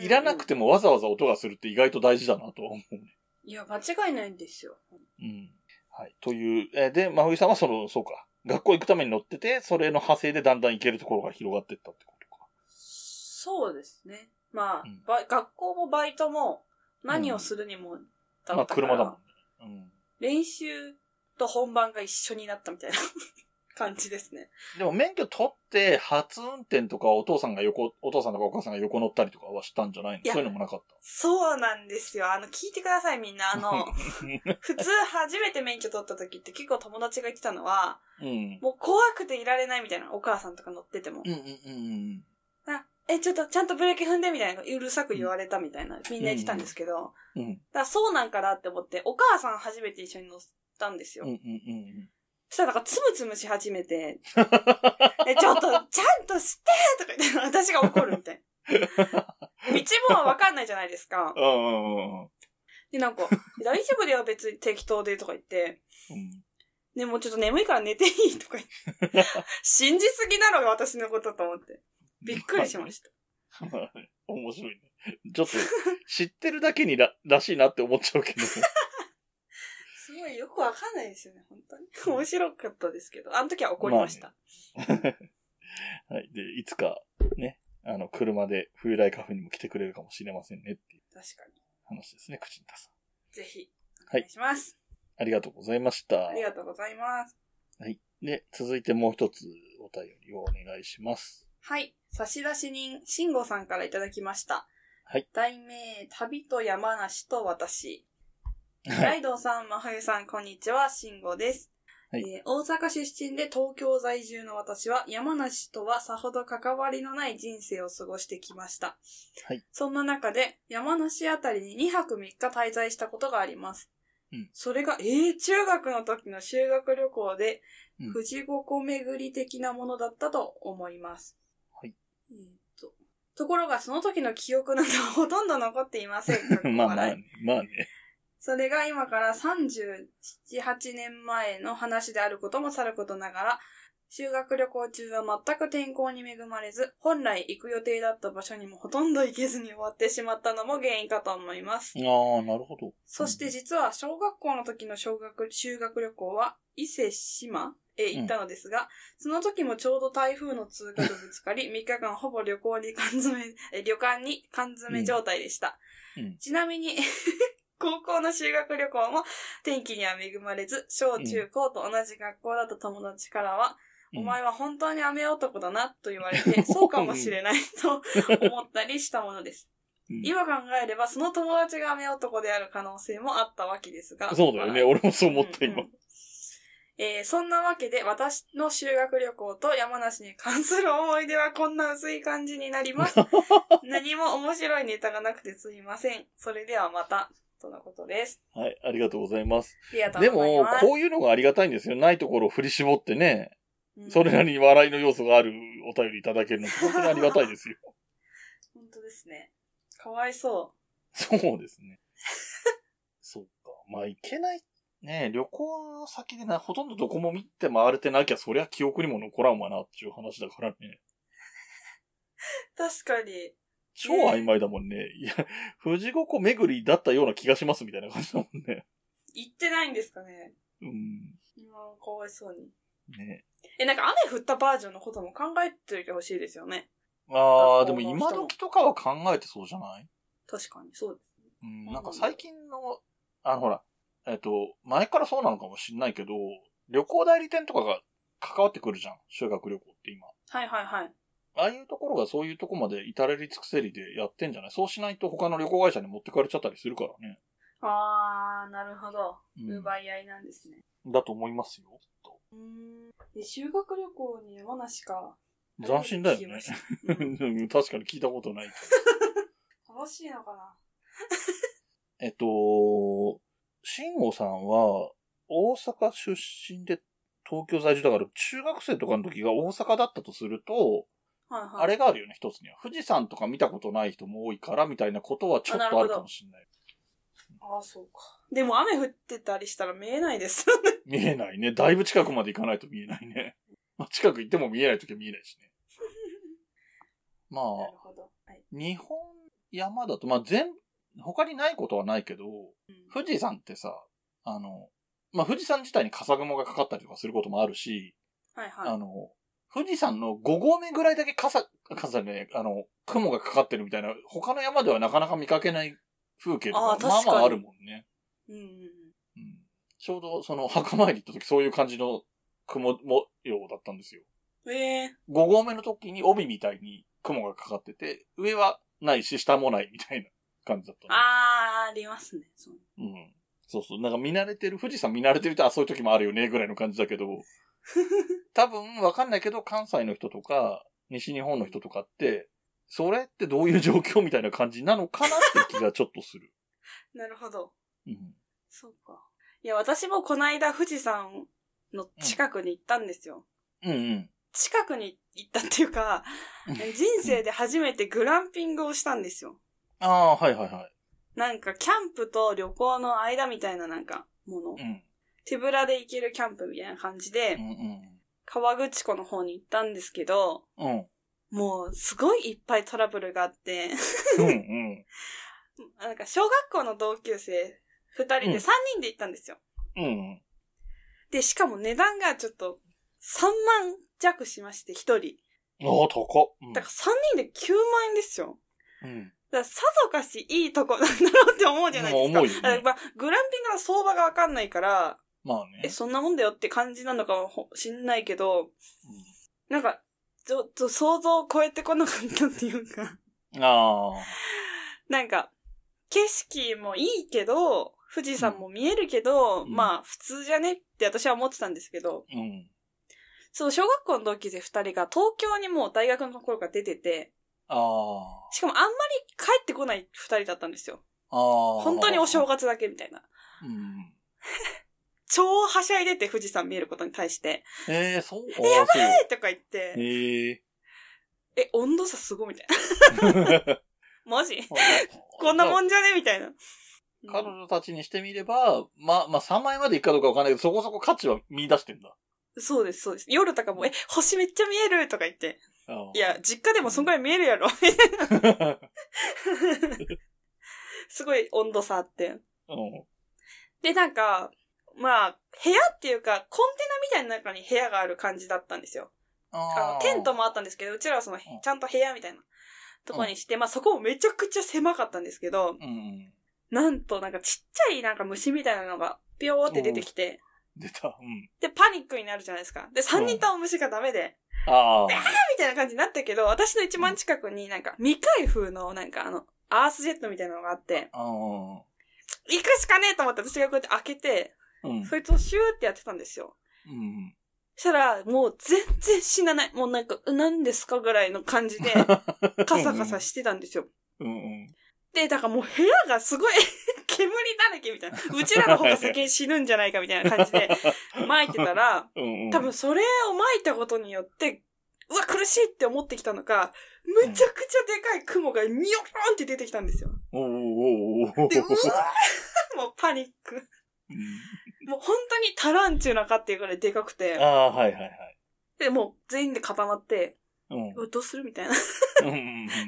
Speaker 1: いらなくてもわざわざ音がするって意外と大事だなとは思うね。
Speaker 2: いや、間違いないんですよ。
Speaker 1: うん。はい。という、えーで、まふいさんはその、そうか。学校行くために乗ってて、それの派生でだんだん行けるところが広がってったってことか。
Speaker 2: そうですね。まあ、
Speaker 1: うん
Speaker 2: ば学校もバイトも何をするにもだ
Speaker 1: ま
Speaker 2: っ
Speaker 1: あ、
Speaker 2: たから、
Speaker 1: 車だもんね。うん。
Speaker 2: 練習と本番が一緒になったみたいな [laughs] 感じですね。
Speaker 1: でも免許取って、初運転とかお父さんが横、お父さんとかお母さんが横乗ったりとかはしたんじゃない
Speaker 2: いや
Speaker 1: のそういうのもなかっ
Speaker 2: そうなんですよ。あの、聞いてくださいみんな。あ
Speaker 1: [laughs]
Speaker 2: の、普通初めて免許取った時って結構友達が言ってたのは、
Speaker 1: た。うん。
Speaker 2: もう怖くていられないみたいな。お母さんとか乗ってても
Speaker 1: う。んうんうんうん。
Speaker 2: あえ、ちょっとちゃんとブレーキ踏んでみたいな。うるさく言われたみたいな。みんな言ってたんですけど。
Speaker 1: うん。
Speaker 2: だからそうなんかなって思って、お母さん初めて一緒に乗ったんですよ。
Speaker 1: うんうんうん
Speaker 2: そしたらなんかつむつむし始め
Speaker 1: [laughs]
Speaker 2: て、え、ちょっと、ちゃんとしてとか言って、私が怒るみたい
Speaker 1: [laughs]
Speaker 2: な。道もわかんないじゃないですか。
Speaker 1: うん。うんうんうん
Speaker 2: で、なんか、大丈夫だよ、別に適当でとか言って、
Speaker 1: うん。 [laughs]
Speaker 2: ね、もうちょっと眠いから寝ていいとか言って、信じすぎなのが私のことと思って、びっくりしました。
Speaker 1: た。面白いね。ちょっと、知ってるだけにら、らしいなって思っちゃうけど。
Speaker 2: すごいよくわかんないですよね、本当に。面白かったですけど、あの時は怒りました。
Speaker 1: [laughs] はい。で、いつか、ね、あの、車で冬来カフェにも来てくれるかもしれませんねっていう
Speaker 2: 確かに。
Speaker 1: 話ですね、口に出さん。
Speaker 2: ぜひ、お
Speaker 1: はい
Speaker 2: 願いします。
Speaker 1: ありがとうございました
Speaker 2: あ。りがとうございます。
Speaker 1: で、続いてもう一つお便りをお願いします。
Speaker 2: はい。差出人、慎吾さんからいただきました。
Speaker 1: はい。
Speaker 2: 題名、旅と山梨と私。
Speaker 1: は
Speaker 2: ラ
Speaker 1: い。
Speaker 2: イドウさん、真冬さん、こんにちは、慎吾です。
Speaker 1: はい
Speaker 2: えー大阪出身で東京在住の私は、山梨とはさほど関わりのない人生を過ごしてきました。
Speaker 1: はい
Speaker 2: そんな中で、山梨あたりに2泊3日滞在したことがあります。
Speaker 1: うん
Speaker 2: それが、えー、中学の時の修学旅行で
Speaker 1: うん、
Speaker 2: 富士五湖巡り的なものだったと思います。
Speaker 1: はい。
Speaker 2: えーっと。ところが、その時の記憶などはほとんど残っていません。かっこ
Speaker 1: [laughs] [laughs] まあま
Speaker 2: 笑
Speaker 1: あ
Speaker 2: い
Speaker 1: ね、まあね。
Speaker 2: それが今から37、8年前の話であることもさることながら、修学旅行中は全く天候に恵まれず、本来行く予定だった場所にもほとんど行けずに終わってしまったのも原因かと思います。
Speaker 1: ああ、なるほど。
Speaker 2: そして実は小学校の時の小学修学旅行は伊勢志摩へ行ったのですが、その時もちょうど台風の通過とぶつかり、3日 [laughs] 間ほぼ旅行に缶詰、え旅館に缶詰状態でした。
Speaker 1: うんうん
Speaker 2: ちなみに、 [laughs] 高校の修学旅行も天気には恵まれず、小中高と同じ学校だった友達からは、
Speaker 1: うん
Speaker 2: お前は本当に雨男だなと言われて、そうかもしれないと思ったりしたものです。
Speaker 1: うん
Speaker 2: 今考えれば、その友達が雨男である可能性もあったわけですが。
Speaker 1: そうだよね。
Speaker 2: まあ
Speaker 1: 俺もそう思った
Speaker 2: うんう
Speaker 1: 今
Speaker 2: ん。えーそんなわけで、私の修学旅行と山梨に関する思い出はこんな薄い感じになり
Speaker 1: [laughs]
Speaker 2: ます。何も面白いネタがなくてすいません。それではまた、とのことです。
Speaker 1: はい、ありがとうございます。
Speaker 2: ありがと
Speaker 1: で
Speaker 2: うござい
Speaker 1: も
Speaker 2: ま、す。
Speaker 1: こういうのがありがたいんですよ。ないところを振り絞ってね、
Speaker 2: うん
Speaker 1: それなりに笑いの要素があるお便りいただけるの、すごくありがたいですよ。
Speaker 2: 本当ですね。かわいそ
Speaker 1: そうですね。そうか。まあ、行けない。ねえ旅行先でな、ほとんどどこも見て回れてなきゃ、そりゃ記憶にも残らんわな、っていう話だからね。
Speaker 2: う。確かに。
Speaker 1: 超曖昧だもんね。いや、富士五湖巡りだったような気がします、みたいな感じだもんね。
Speaker 2: 行ってないんですかね。
Speaker 1: うん。
Speaker 2: 今かわいそうに。
Speaker 1: ね
Speaker 2: え、なんか雨降ったバージョンのことも考えておいてほしいですよね。
Speaker 1: ああ、で
Speaker 2: 学校の人も
Speaker 1: も今時とかは考えてそうじゃない
Speaker 2: 確かに、そうですね。
Speaker 1: うん、なんか最近の、あのほら、えっ、と、前からそうなのかもしんないけど、旅行代理店とかが関わってくるじゃん。修学旅行って今。
Speaker 2: はいはいはい。
Speaker 1: ああいうところがそういうとこまで至れり尽くせりでやってんじゃないそうしないと他の旅行会社に持ってかれちゃったりするからね。
Speaker 2: あー、なるほど。
Speaker 1: うん
Speaker 2: 奪い合いなんですね。
Speaker 1: だと思いますよ、きっと。
Speaker 2: うーん。で修学旅行に山梨か。
Speaker 1: 斬新だよね
Speaker 2: 初めて聞きました。
Speaker 1: [laughs] 確か
Speaker 2: うん
Speaker 1: に聞いたことないけど。
Speaker 2: 楽しいのかな
Speaker 1: えっと、慎吾さんは大阪出身で東京在住だから中学生とかの時が大阪だったとすると、
Speaker 2: はいはい。
Speaker 1: あれがあるよね、一つには。富士山とか見たことない人も多いから、みたいなことはちょっ
Speaker 2: あなる
Speaker 1: とあ
Speaker 2: ほ
Speaker 1: る
Speaker 2: ど
Speaker 1: かもしれない。
Speaker 2: ああ、そうか。でも雨降ってたりしたら見えない [laughs] ですよね。
Speaker 1: 見えないね。だいぶ近くまで行かないと見えないね。 [laughs] まあ、近く行っても見えないときは見えないしね。ま
Speaker 2: な
Speaker 1: あ
Speaker 2: る、ほど。はい。
Speaker 1: 日本山だと、まあ全、他にないことはないけど、
Speaker 2: うん
Speaker 1: 富士山ってさ、あの、まあ富士山自体に笠雲がかかったりとかすることもあるし、
Speaker 2: はいは
Speaker 1: あの、富士山の5合目ぐらいだけ傘、傘ね、あの、雲がかかってるみたいな、他の山ではなかなか見かけない風景と
Speaker 2: あー
Speaker 1: か、まあ
Speaker 2: 確か
Speaker 1: ま
Speaker 2: に
Speaker 1: ああるもんね。
Speaker 2: い。うんうんうん。
Speaker 1: うんちょうどその墓参り行った時そういう感じの雲模様だったんですよ。
Speaker 2: ええ
Speaker 1: 5合目の時に帯みたいに雲がかかってて、上はないし下もないみたいな感じだったの
Speaker 2: あー、ありますね。そう。
Speaker 1: うん。そうそう。なんか見慣れてる、富士山見慣れてると、あ、そういう時もあるよね、ぐらいの感じだけど、多分わかんないけど、関西の人とか、西日本の人とかって、それってどういう状況みたいな感じなのかなって気がちょっとする。
Speaker 2: なるほど。
Speaker 1: うん。
Speaker 2: そうか。いや、私もこの間富士山の近くに行ったんですよ。
Speaker 1: うんうん。
Speaker 2: 近くに行ったっていう
Speaker 1: [laughs]
Speaker 2: か、
Speaker 1: うん
Speaker 2: 人生で初めてグランピングをしたんですよ。
Speaker 1: ああ、はいはいは
Speaker 2: なんか、キャンプと旅行の間みたいななんか、もの
Speaker 1: い。う。ん。
Speaker 2: 手ぶらで行けるキャンプみたいな感じで
Speaker 1: う、ん
Speaker 2: 川口湖の方に行ったんですけど、
Speaker 1: うん。うん。
Speaker 2: もう、すごいいっぱいトラブルがあって、 [laughs]
Speaker 1: うんうん。
Speaker 2: なんか、小学校の同級生、二人
Speaker 1: う
Speaker 2: で
Speaker 1: ん
Speaker 2: 三人で行ったんですよ。
Speaker 1: うん。
Speaker 2: で、しかも値段がちょっと、三万弱しまして、一人。
Speaker 1: ああ、高っ。
Speaker 2: だから三人で九万円ですよ。
Speaker 1: うん。うん。
Speaker 2: だからさぞかしいいとこなんだろうって思うじゃないです
Speaker 1: まあ
Speaker 2: か。
Speaker 1: 思うよね
Speaker 2: だ [laughs] からまあグランピングの相場がわかんないから、
Speaker 1: まあ
Speaker 2: え、
Speaker 1: ね。
Speaker 2: そんなもんだよって感じなのかもほしんないけど、なんか、ちょっと想像を超えてこなかったっていうか、 [laughs]
Speaker 1: うん、ああ。
Speaker 2: なんか、景色もいいけど、富士山も見えるけど、
Speaker 1: うん
Speaker 2: まあ普通じゃねって私は思ってたんですけど、
Speaker 1: うん。
Speaker 2: そう、小学校の同級生二人が東京にもう大学の頃から出てて、
Speaker 1: ああ。
Speaker 2: しかもあんまり帰ってこない二人だったんですよ。
Speaker 1: ああ。
Speaker 2: 本当にお正
Speaker 1: 月。
Speaker 2: 月だけみたいな。
Speaker 1: うん。
Speaker 2: 超はしゃいでて富士山見えることに対して、
Speaker 1: ええそう。やば
Speaker 2: えーとか言って、
Speaker 1: ええ
Speaker 2: え、温度差すごいみた [laughs] いな。マジ [laughs] こんなも
Speaker 1: ん。
Speaker 2: んじゃねみたいな。
Speaker 1: 彼
Speaker 2: うん
Speaker 1: 女たちにしてみれば、まあ、まあ、3枚までいくかどうかわかんないけど、そこそこ価値は見出してんだ。
Speaker 2: そうです、そうです。夜とかも、え、星めっちゃ見えるとか言って。
Speaker 1: あ
Speaker 2: いや、実家でもそんぐらい見えるやろ。 [laughs]
Speaker 1: ー
Speaker 2: すごい温度差あって。
Speaker 1: [laughs] うん
Speaker 2: で、なんか、まあ、部屋っていうか、コンテナみたいな中に部屋がある感じだったんですよ。あ
Speaker 1: あ
Speaker 2: の、
Speaker 1: ー
Speaker 2: テントもあったんですけど、うちらはその、ちゃんと部屋みたいなとこにして、まあそこもめちゃくちゃ狭かったんですけど、
Speaker 1: うんうん。
Speaker 2: なんと、なんかちっちゃいなんか虫みたいなのが、ぴょーって出てきて、
Speaker 1: 出た。うん。
Speaker 2: で、パニックになるじゃないですか。で、3人とも虫がダメで、
Speaker 1: ああ。
Speaker 2: みたいな感じになったけど、私の一番近くになんか、未開封のなんかあの、アースジェットみたいなのがあって、
Speaker 1: あー
Speaker 2: 行くしかねえと思って私がこうやって開けて、
Speaker 1: うん。
Speaker 2: そいつをシューってやってたんですよ。
Speaker 1: うん。
Speaker 2: したら、もう全然死なない。もうなんか、う何ですかぐらいの感
Speaker 1: [laughs]
Speaker 2: じで、カサカサしてたんですよ。
Speaker 1: うんうん。
Speaker 2: で、だからもう部屋がすごい [laughs] 煙だらけみたいな。うちらの方が先に死ぬんじゃない
Speaker 1: [laughs]
Speaker 2: かみたいな感じで、撒いてたら、
Speaker 1: うんうん。
Speaker 2: 多分それを撒いたことによって、うわ、苦しいって思ってきたのか、むちゃくちゃでかい雲がニョロンって出てきたんです
Speaker 1: [laughs]
Speaker 2: よ。
Speaker 1: おーおーおーおー
Speaker 2: で、うわーもうパニック。もう本当にタランチュラかっていうぐらいでかく
Speaker 1: うん
Speaker 2: て
Speaker 1: あ、あ、はいはいはい。
Speaker 2: で、もう全員で固まって、
Speaker 1: うん
Speaker 2: うわどうするみたいな。 [laughs]
Speaker 1: うんうんう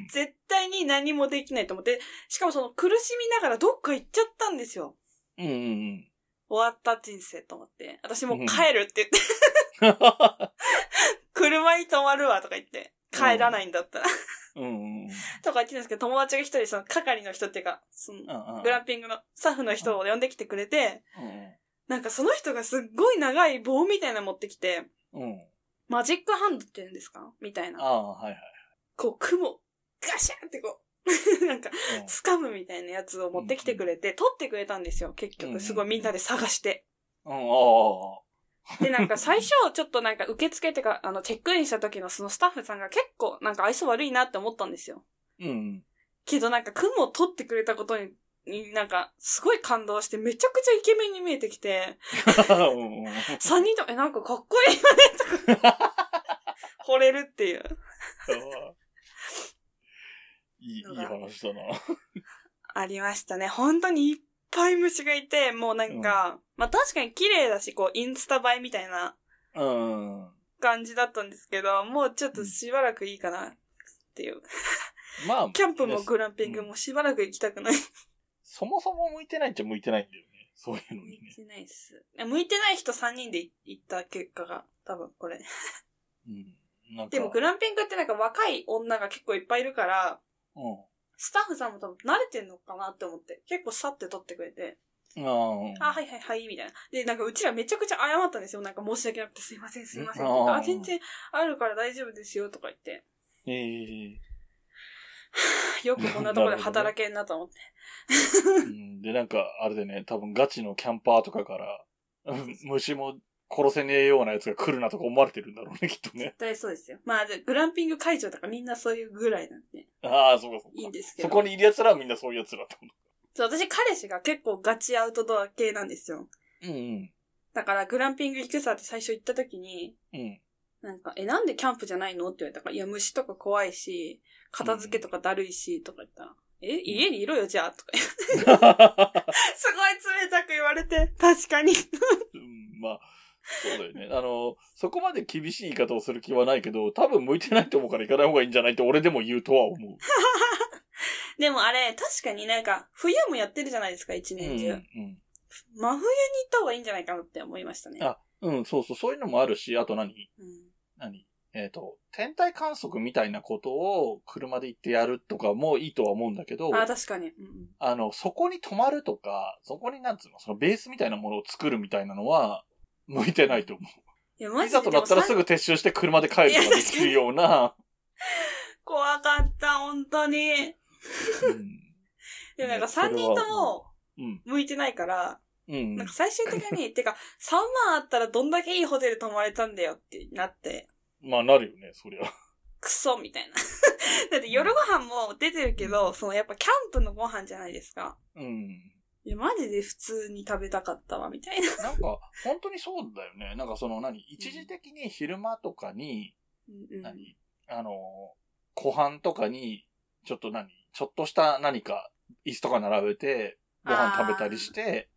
Speaker 1: ん
Speaker 2: 絶対に何もできないと思って、しかもその苦しみながらどっか行っちゃったんですよ。
Speaker 1: うんうんうん。
Speaker 2: 終わった人生と思って。私もう帰るって言って、
Speaker 1: [laughs]
Speaker 2: 車に泊まるわとか言って、帰らないんだったら。
Speaker 1: うんうんうん
Speaker 2: とか言ってるんですけど、友達が一人、その係の人っていうか、その、
Speaker 1: ああ
Speaker 2: グランピングのスタッフの人を呼んできてくれて、
Speaker 1: う
Speaker 2: なんかその人がすっごい長い棒みたいなの持ってきて、
Speaker 1: んうん。うん。
Speaker 2: マジックハンドって言うんですかみたい
Speaker 1: あ
Speaker 2: な。
Speaker 1: あ、はいはい。
Speaker 2: こう、雲、ガシャンってこう、 [laughs] なんか、掴むみたいなやつを持ってきてくれて、取ってくれたんですよ、結
Speaker 1: うんうん
Speaker 2: 局。すごいみんなで探して。
Speaker 1: うん。うん、ああ。
Speaker 2: で、なんか最初、ちょっとなんか受付っていうか、あの、チェックインした時のそのスタッフさんが結構、なんか愛想悪いなって思ったんですよ。
Speaker 1: うん。
Speaker 2: けどなんか雲を取ってくれたことに、になんか、すごい感動して、めちゃくちゃイケメンに見えてきて、
Speaker 1: うんうん
Speaker 2: 三人とも、え、なんかかっこいいよね、 [laughs] とか、惚れるっていう。
Speaker 1: いい、いい話だな。
Speaker 2: ありましたね。本当にいっぱい虫がいて、もうなんか、まあ確かに綺麗だし、こう、インスタ映えみたいな
Speaker 1: うん。
Speaker 2: 感じだったんですけど、もうちょっとしばらくいいかな、っていう。
Speaker 1: まあ、
Speaker 2: キャンプも
Speaker 1: ね
Speaker 2: グランピングもしばらく行きたくない。
Speaker 1: そもそも向いてないっちゃ向いてないんだよね。そういうの
Speaker 2: 向い
Speaker 1: にね。
Speaker 2: てないっす。向いてない人3人で行った結果が、多分これ。
Speaker 1: うん。なんか、
Speaker 2: でもグランピングってなんか若い女が結構いっぱいいるから、
Speaker 1: う
Speaker 2: スタッフさんも多分慣れてんのかなって思って、結構さって撮ってくれて、
Speaker 1: ん。あ
Speaker 2: あ、はいはいはい、みたいな。で、なんかうちらめちゃくちゃ謝ったんですよ。なんか申し訳なくてすいませんすいません。
Speaker 1: うん
Speaker 2: あ、全然あるから大丈夫ですよとか言って、
Speaker 1: い。ええ
Speaker 2: よくこんなとこで働けんなと思って。
Speaker 1: うんで、なんか、あれでね、多分ガチのキャンパーとかから、 [laughs] うん虫も殺せねえようなやつが来るなとか思われてるんだろうね、きっと [laughs] ね。 [laughs]
Speaker 2: 絶対そうですよ。まあ、でグランピング会場とかみんなそういうぐらいなんで、
Speaker 1: ああ、そうかそう
Speaker 2: いいん
Speaker 1: か。
Speaker 2: ですけ
Speaker 1: そ
Speaker 2: ど。
Speaker 1: こにいる奴らはみんなそういう奴らってこ
Speaker 2: そう私彼氏が結構ガチアウトドア系なんですよ。
Speaker 1: と。うんうん。
Speaker 2: だからグランピング行くさって最初行った時に、
Speaker 1: うん。
Speaker 2: なんか、え、なんでキャンプじゃないのって言われたから、いや、虫とか怖いし、片付けとかだるいし、とか言ったら、え、家にいろよ、じゃあ、とか [laughs] 言って。すごい冷たく言われて、確かに。
Speaker 1: うん [laughs] まあ、そうだよね。あの、そこまで厳しい言い方をする気はないけど、多分向いてないと思うから行かない方がいいんじゃないって俺でも言うとは
Speaker 2: [laughs]
Speaker 1: 思う。
Speaker 2: [laughs] でもあれ、確かになんか、冬もやってるじゃないですか、一
Speaker 1: うん、
Speaker 2: 年中。
Speaker 1: うん。
Speaker 2: 真冬に行った方がいいんじゃないかなって思いましたね。
Speaker 1: あうん、そうそう、そういうのもあるし、あと何
Speaker 2: うん
Speaker 1: 何えっ、と、天体観測みたいなことを車で行ってやるとかもいいとは思うんだけど、
Speaker 2: あ、
Speaker 1: あ
Speaker 2: 確かに。うんうん
Speaker 1: の、そこに泊まるとか、そこになんつうの、そのベースみたいなものを作るみたいなのは、向いてないと思
Speaker 2: いや、
Speaker 1: う。
Speaker 2: マ
Speaker 1: い
Speaker 2: ジで
Speaker 1: ざとなったらす
Speaker 2: でも
Speaker 1: ぐ撤収して車で帰るとかできるような、
Speaker 2: さ怖かった、本当に。でもなんか
Speaker 1: いやそれは
Speaker 2: 3人とも
Speaker 1: うん、
Speaker 2: 向いてないから、
Speaker 1: うん、う
Speaker 2: なん
Speaker 1: ん
Speaker 2: か。最終的に、 [laughs] てか、3万あったらどんだけいいホテル泊まれたんだよってなって、
Speaker 1: まあなるよね、そりゃ。
Speaker 2: クソみたいな。だって夜ご飯も出てるけど、そのやっぱキャンプのご飯じゃないですか。
Speaker 1: うん。
Speaker 2: いや、マジで普通に食べたかったわ、みたいな。
Speaker 1: なんか、本当にそうだよね。なんかその何、一時的に昼間とかに、
Speaker 2: うんうん
Speaker 1: 何あの、湖畔とかに、ちょっと何ちょっとした何か、椅子とか並べて、ご飯食べたりして、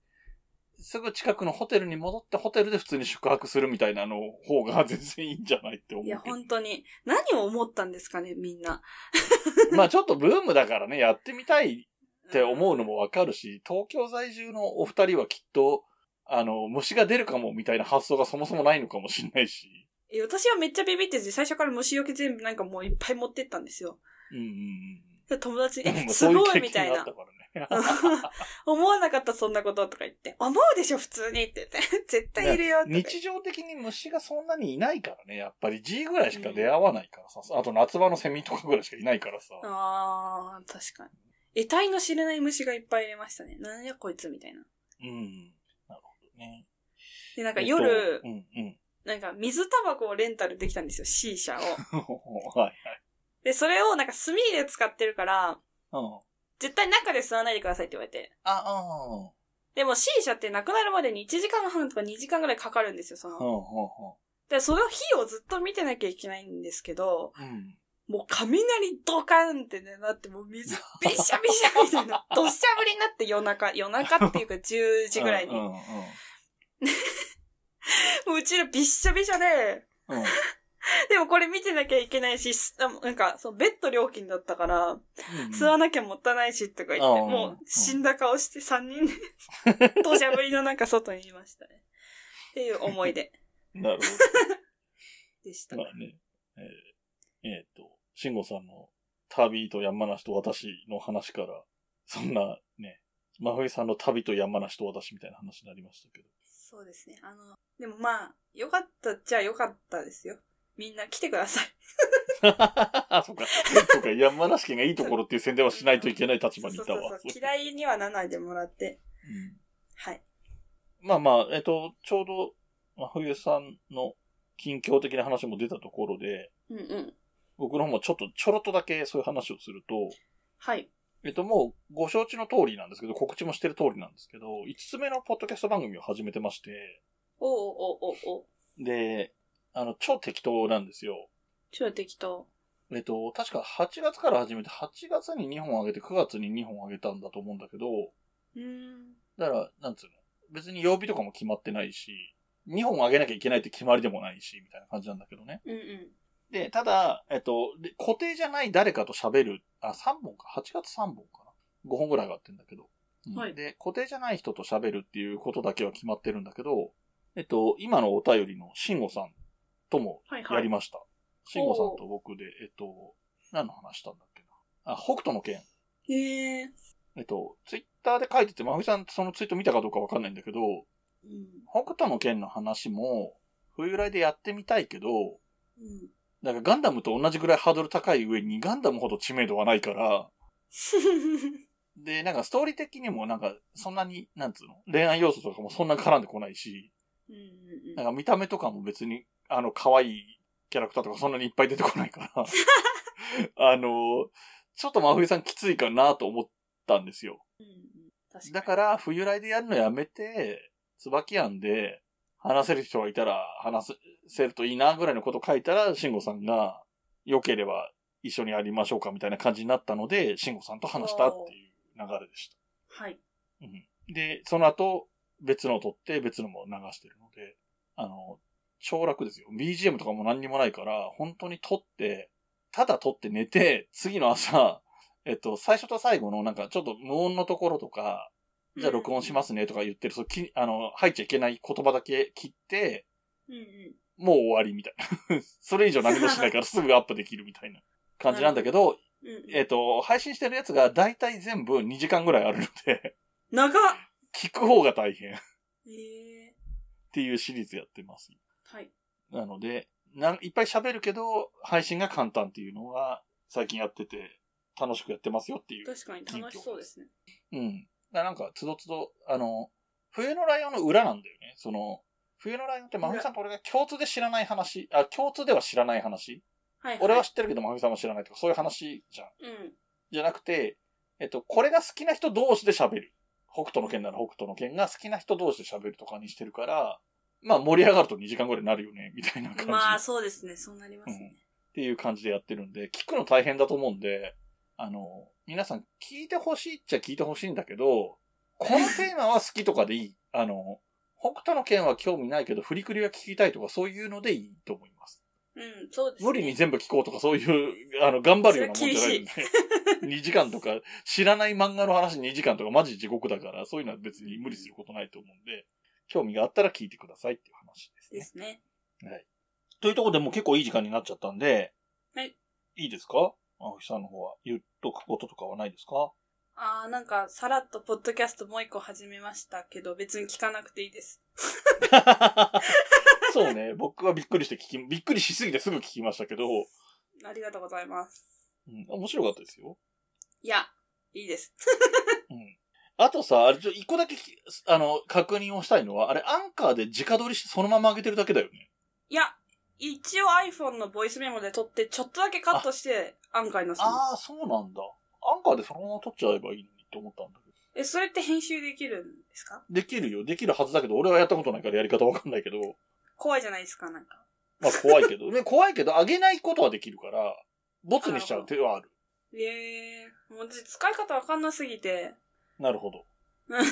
Speaker 1: すぐ近くのホテルに戻って、ホテルで普通に宿泊するみたいなの方が [laughs] 全然いいんじゃないって思う
Speaker 2: い
Speaker 1: け
Speaker 2: や、
Speaker 1: ど。
Speaker 2: 本当に。何を思ったんですかね、みんな。
Speaker 1: まあちょっとブームだからね、やってみたいって思うの
Speaker 2: も。
Speaker 1: もわかるし、東京在住のお二人はきっと、あの、虫が出るかもみたいな発想がそもそもないのかもしれないし。
Speaker 2: 私はめっちゃビビってて、最初から虫よけ全部なんかもういっぱい持ってったんですよ。
Speaker 1: うんうん
Speaker 2: で友達に、
Speaker 1: うん。
Speaker 2: え、すごいみたい
Speaker 1: あ
Speaker 2: な
Speaker 1: った。からね。
Speaker 2: [laughs] 思わなかった、そんなこととか言って。思うでしょ、普通にって言って。 [laughs] 絶対いるよ、とか言って。
Speaker 1: 日常的に虫がそんなにいないからね、やっぱり G ぐらいしか出会わないからさ、あと夏場のセミとかぐらいしかいないからさ。
Speaker 2: ああ、確かに。得体の知れない虫がいっぱいいれましたね。なんやこいつみたいな。
Speaker 1: うん。なるほどね。
Speaker 2: で、なんか
Speaker 1: えっと
Speaker 2: 夜
Speaker 1: う、ん [laughs] うん。
Speaker 2: なんか水タバコをレンタルできたんですよ、C 社を。
Speaker 1: [laughs] はい
Speaker 2: で、それをなんか炭で使ってるから、
Speaker 1: はい。うん。
Speaker 2: 絶対中で吸わないでくださいって言われて。
Speaker 1: あ、うん。
Speaker 2: でも C 社ってなくなるまでに1時間半とか2時間ぐらいかかるんですよ、そ
Speaker 1: うん、
Speaker 2: の。
Speaker 1: うん、
Speaker 2: で、その日をずっと見てなきゃいけないんですけど、
Speaker 1: うん。
Speaker 2: もう雷ドカーンってね、なって、もう水びしゃびしゃみたい
Speaker 1: [laughs]
Speaker 2: な、どっしゃ降りになって夜中、夜中っていうか10時ぐらいに。
Speaker 1: うんう
Speaker 2: も
Speaker 1: ん
Speaker 2: ううちらびっしゃびしゃで、
Speaker 1: うん。うん。
Speaker 2: でもこれ見てなきゃいけないし、すあなんか、そのベッド料金だったから、
Speaker 1: うん
Speaker 2: 吸わなきゃもったいないしとか言って、
Speaker 1: うん
Speaker 2: もう死んだ顔して3人
Speaker 1: [laughs]
Speaker 2: で、土砂降りの中外にいましたね。っていう思い出
Speaker 1: なる
Speaker 2: でした
Speaker 1: ほど。。まあね、えー、えー、と、慎吾さんの旅と山梨と私の話から、そんなね、真冬さんの旅と山梨と私みたいな話になりましたけど。
Speaker 2: そうですね。あの、でもまあ、よかったっちゃよかったですよ。みんな来てください。
Speaker 1: あ、そっか。そっか、山梨県がいいところっていう宣伝はしないといけない立場にいた
Speaker 2: そうそ
Speaker 1: わ
Speaker 2: う。そう嫌いにはならないでもらって。
Speaker 1: うん
Speaker 2: はい。
Speaker 1: まあまあ、えっと、ちょうど、真冬さんの近況的な話も出たところで、
Speaker 2: うんうん。
Speaker 1: 僕の方もちょっとちょろっとだけそういう話をすると、
Speaker 2: はい。
Speaker 1: えっともうご承知の通りなんですけど、告知もしてる通りなんですけど、5つ目のポッドキャスト番組を始めてまして、
Speaker 2: おうおうおうおう
Speaker 1: で、あの、超適当なんですよ。
Speaker 2: 超適当。
Speaker 1: えっと、確か8月から始めて、8月に2本上げて、9月に2本上げたんだと思うんだけど、
Speaker 2: うーん。
Speaker 1: だから、なんつうの、別に曜日とかも決まってないし、2本上げなきゃいけないって決まりでもないし、みたいな感じなんだけどね。
Speaker 2: うんうん。
Speaker 1: で、ただ、えっと、で固定じゃない誰かと喋る、あ、3本か、8月3本かな。5本ぐらい上がってんだけど。うん
Speaker 2: はい
Speaker 1: で、固定じゃない人と喋るっていうことだけは決まってるんだけど、えっと、今のお便りの慎吾さんとも
Speaker 2: はいはい。
Speaker 1: やりました。慎吾さんと僕で、えっと、何の話したんだっけな。あ、北斗の剣。
Speaker 2: へえ。
Speaker 1: えっと、ツイッターで書いてて、まふみさんそのツイート見たかどうかわかんないんだけど、
Speaker 2: うん。
Speaker 1: 北斗の剣の話も、冬来でやってみたいけど、
Speaker 2: うん。
Speaker 1: なんかガンダムと同じぐらいハードル高い上にガンダムほど知名度はないから、で、なんかストーリー的にもなんかそんなに、なんつうの、恋愛要素とかもそんな絡んでこないし、
Speaker 2: うんうん
Speaker 1: なんか見た目とかも別に、あの、可愛いキャラクターとかそんなにいっぱい出てこないから、あの、ちょっと真冬さんきついかなと思ったんですよ。
Speaker 2: うん。確に
Speaker 1: だから、冬来でやるのやめて、椿庵で話せる人がいたら話せるといいなぐらいのこと書いたら、慎吾さんが、良ければ一緒にやりましょうかみたいな感じになったので、慎吾さんと話したっていう流れでし
Speaker 2: はい。。
Speaker 1: た。うん、で、その後、別のを撮って別のも流してるので、あの、超楽ですよ。BGM とかも何にもないから、本当に撮って、ただ撮って寝て、次の朝、えっと、最初と最後のなんかちょっと無音のところとか、じゃあ録音しますすねとか言ってる、そう、き、あの、入っちゃいけない言葉だけ切って、
Speaker 2: うんうん。
Speaker 1: もう終わりみたいな。 [laughs] それ以上何もしないからすぐアップできるみたいな感じなんだけど、
Speaker 2: うんうん
Speaker 1: えっ、と、配信してるやつが大体全部2時間ぐらいあるので、 [laughs]
Speaker 2: 長っ
Speaker 1: 聞く方が大変っ
Speaker 2: ええ。
Speaker 1: ていうシリーズやってます。
Speaker 2: はい。
Speaker 1: なので、なんいっぱい喋るけど、配信が簡単っていうのが最近やってて、楽しくやってますよっていう。
Speaker 2: 確かに楽しそうですね。
Speaker 1: うん。だなんか、つどつど、あの、冬のライオンの裏なんだよね。その、冬のライオンって、まふみさんと俺が共通で知らない話、あ、共通では知らない話。
Speaker 2: はい。
Speaker 1: 俺は知ってるけど、まふみさんは知らないとか、そういう話じゃん。
Speaker 2: うん。
Speaker 1: じゃなくて、えっと、これが好きな人同士で喋る。北斗の剣なら北斗の剣が好きな人同士で喋るとかにしてるから、まあ盛り上がると2時間ぐらいになるよね、みたいな感じ。
Speaker 2: まあ、そうですね。そうなりますね。
Speaker 1: っていう感じでやってるんで、聞くの大変だと思うんで、あの、皆さん聞いてほしいっちゃ聞いてほしいんだけど、このテーマは好きとかでいい。 [laughs] あの、北斗の剣は興味ないけど、振りくりは聞きたいとかそういうのでいいと思います。
Speaker 2: うん、そうですね。
Speaker 1: 無理に全部聞こうとかそう [laughs] いう、あの、頑張るようなもんじゃないんで。2 [laughs] 時間とか、知らない漫画の話2時間とかマジ地獄だから、そういうのは別に無理することないと思うんで、興味があったら聞いてくださいっていう話ですね
Speaker 2: で。すね。
Speaker 1: というところでもう結構いい時間になっちゃったんで、
Speaker 2: はい。
Speaker 1: いいですか青木さんの方は言っとくこととかはないですか
Speaker 2: ああ、なんか、さらっとポッドキャストもう一個始めましたけど、別に聞かなくていいです。
Speaker 1: そ
Speaker 2: [laughs]
Speaker 1: うね、僕はびっくりして聞き、びっくりしすぎてすぐ聞きましたけど、
Speaker 2: ありがとうございます。
Speaker 1: うん、面白かったですよ。
Speaker 2: いや、いいです。
Speaker 1: うん。あとさ、あれ、ちょ、一個だけ聞き、あの、確認をしたいのは、あれ、アンカーで直撮りしてそのまま上げてるだけだよね。
Speaker 2: いや、一応 iPhone のボイスメモで撮って、ちょっとだけカットして、アンカーに載せ
Speaker 1: あ
Speaker 2: ま
Speaker 1: あ、そうなんだ。アンカーでそのまま撮っちゃえばいいのにって思ったんだけど。
Speaker 2: す。え、それって編集できるんですか
Speaker 1: できるよ。できるはずだけど、俺はやったことないからやり方わかんないけど。
Speaker 2: 怖いじゃないですか、なんか。
Speaker 1: まあ怖いけど、
Speaker 2: [laughs]
Speaker 1: ね、怖いけど、上げないことはできるから、ボツにしちゃう手はある。
Speaker 2: えー、もう私使い方わかんなすぎて。
Speaker 1: なるほど。
Speaker 2: [laughs]
Speaker 1: まあ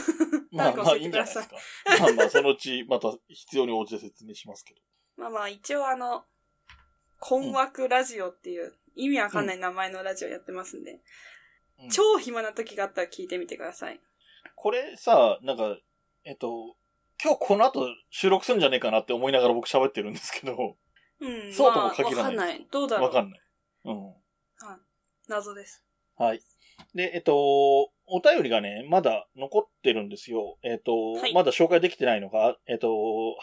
Speaker 2: 誰か
Speaker 1: ま
Speaker 2: 教
Speaker 1: あ
Speaker 2: え
Speaker 1: いい
Speaker 2: て
Speaker 1: ん
Speaker 2: く
Speaker 1: じ
Speaker 2: ださ
Speaker 1: ゃないで
Speaker 2: い
Speaker 1: す。か。まあまあ、そのうちまた必要に応じて説明しますけど。
Speaker 2: まあまあ、一応あの、困惑ラジオっていう、意味わかんない名前のラジオやってますんで、
Speaker 1: うん
Speaker 2: 超暇な時があったら聞いてみてください。
Speaker 1: これさ、なんか、えっと、今日この後収録するんじゃねえかなって思いながら僕喋ってるんですけど、
Speaker 2: うん、
Speaker 1: そうと
Speaker 2: ま
Speaker 1: も
Speaker 2: あ、
Speaker 1: 限ら
Speaker 2: わか
Speaker 1: ない
Speaker 2: んない。どうだろ
Speaker 1: わ
Speaker 2: う。
Speaker 1: かんない。うん。
Speaker 2: 謎です。
Speaker 1: はい。で、えっと、お便りがね、まだ残ってるんですよ。えっと、
Speaker 2: はい
Speaker 1: まだ紹介できてないのが、えっと、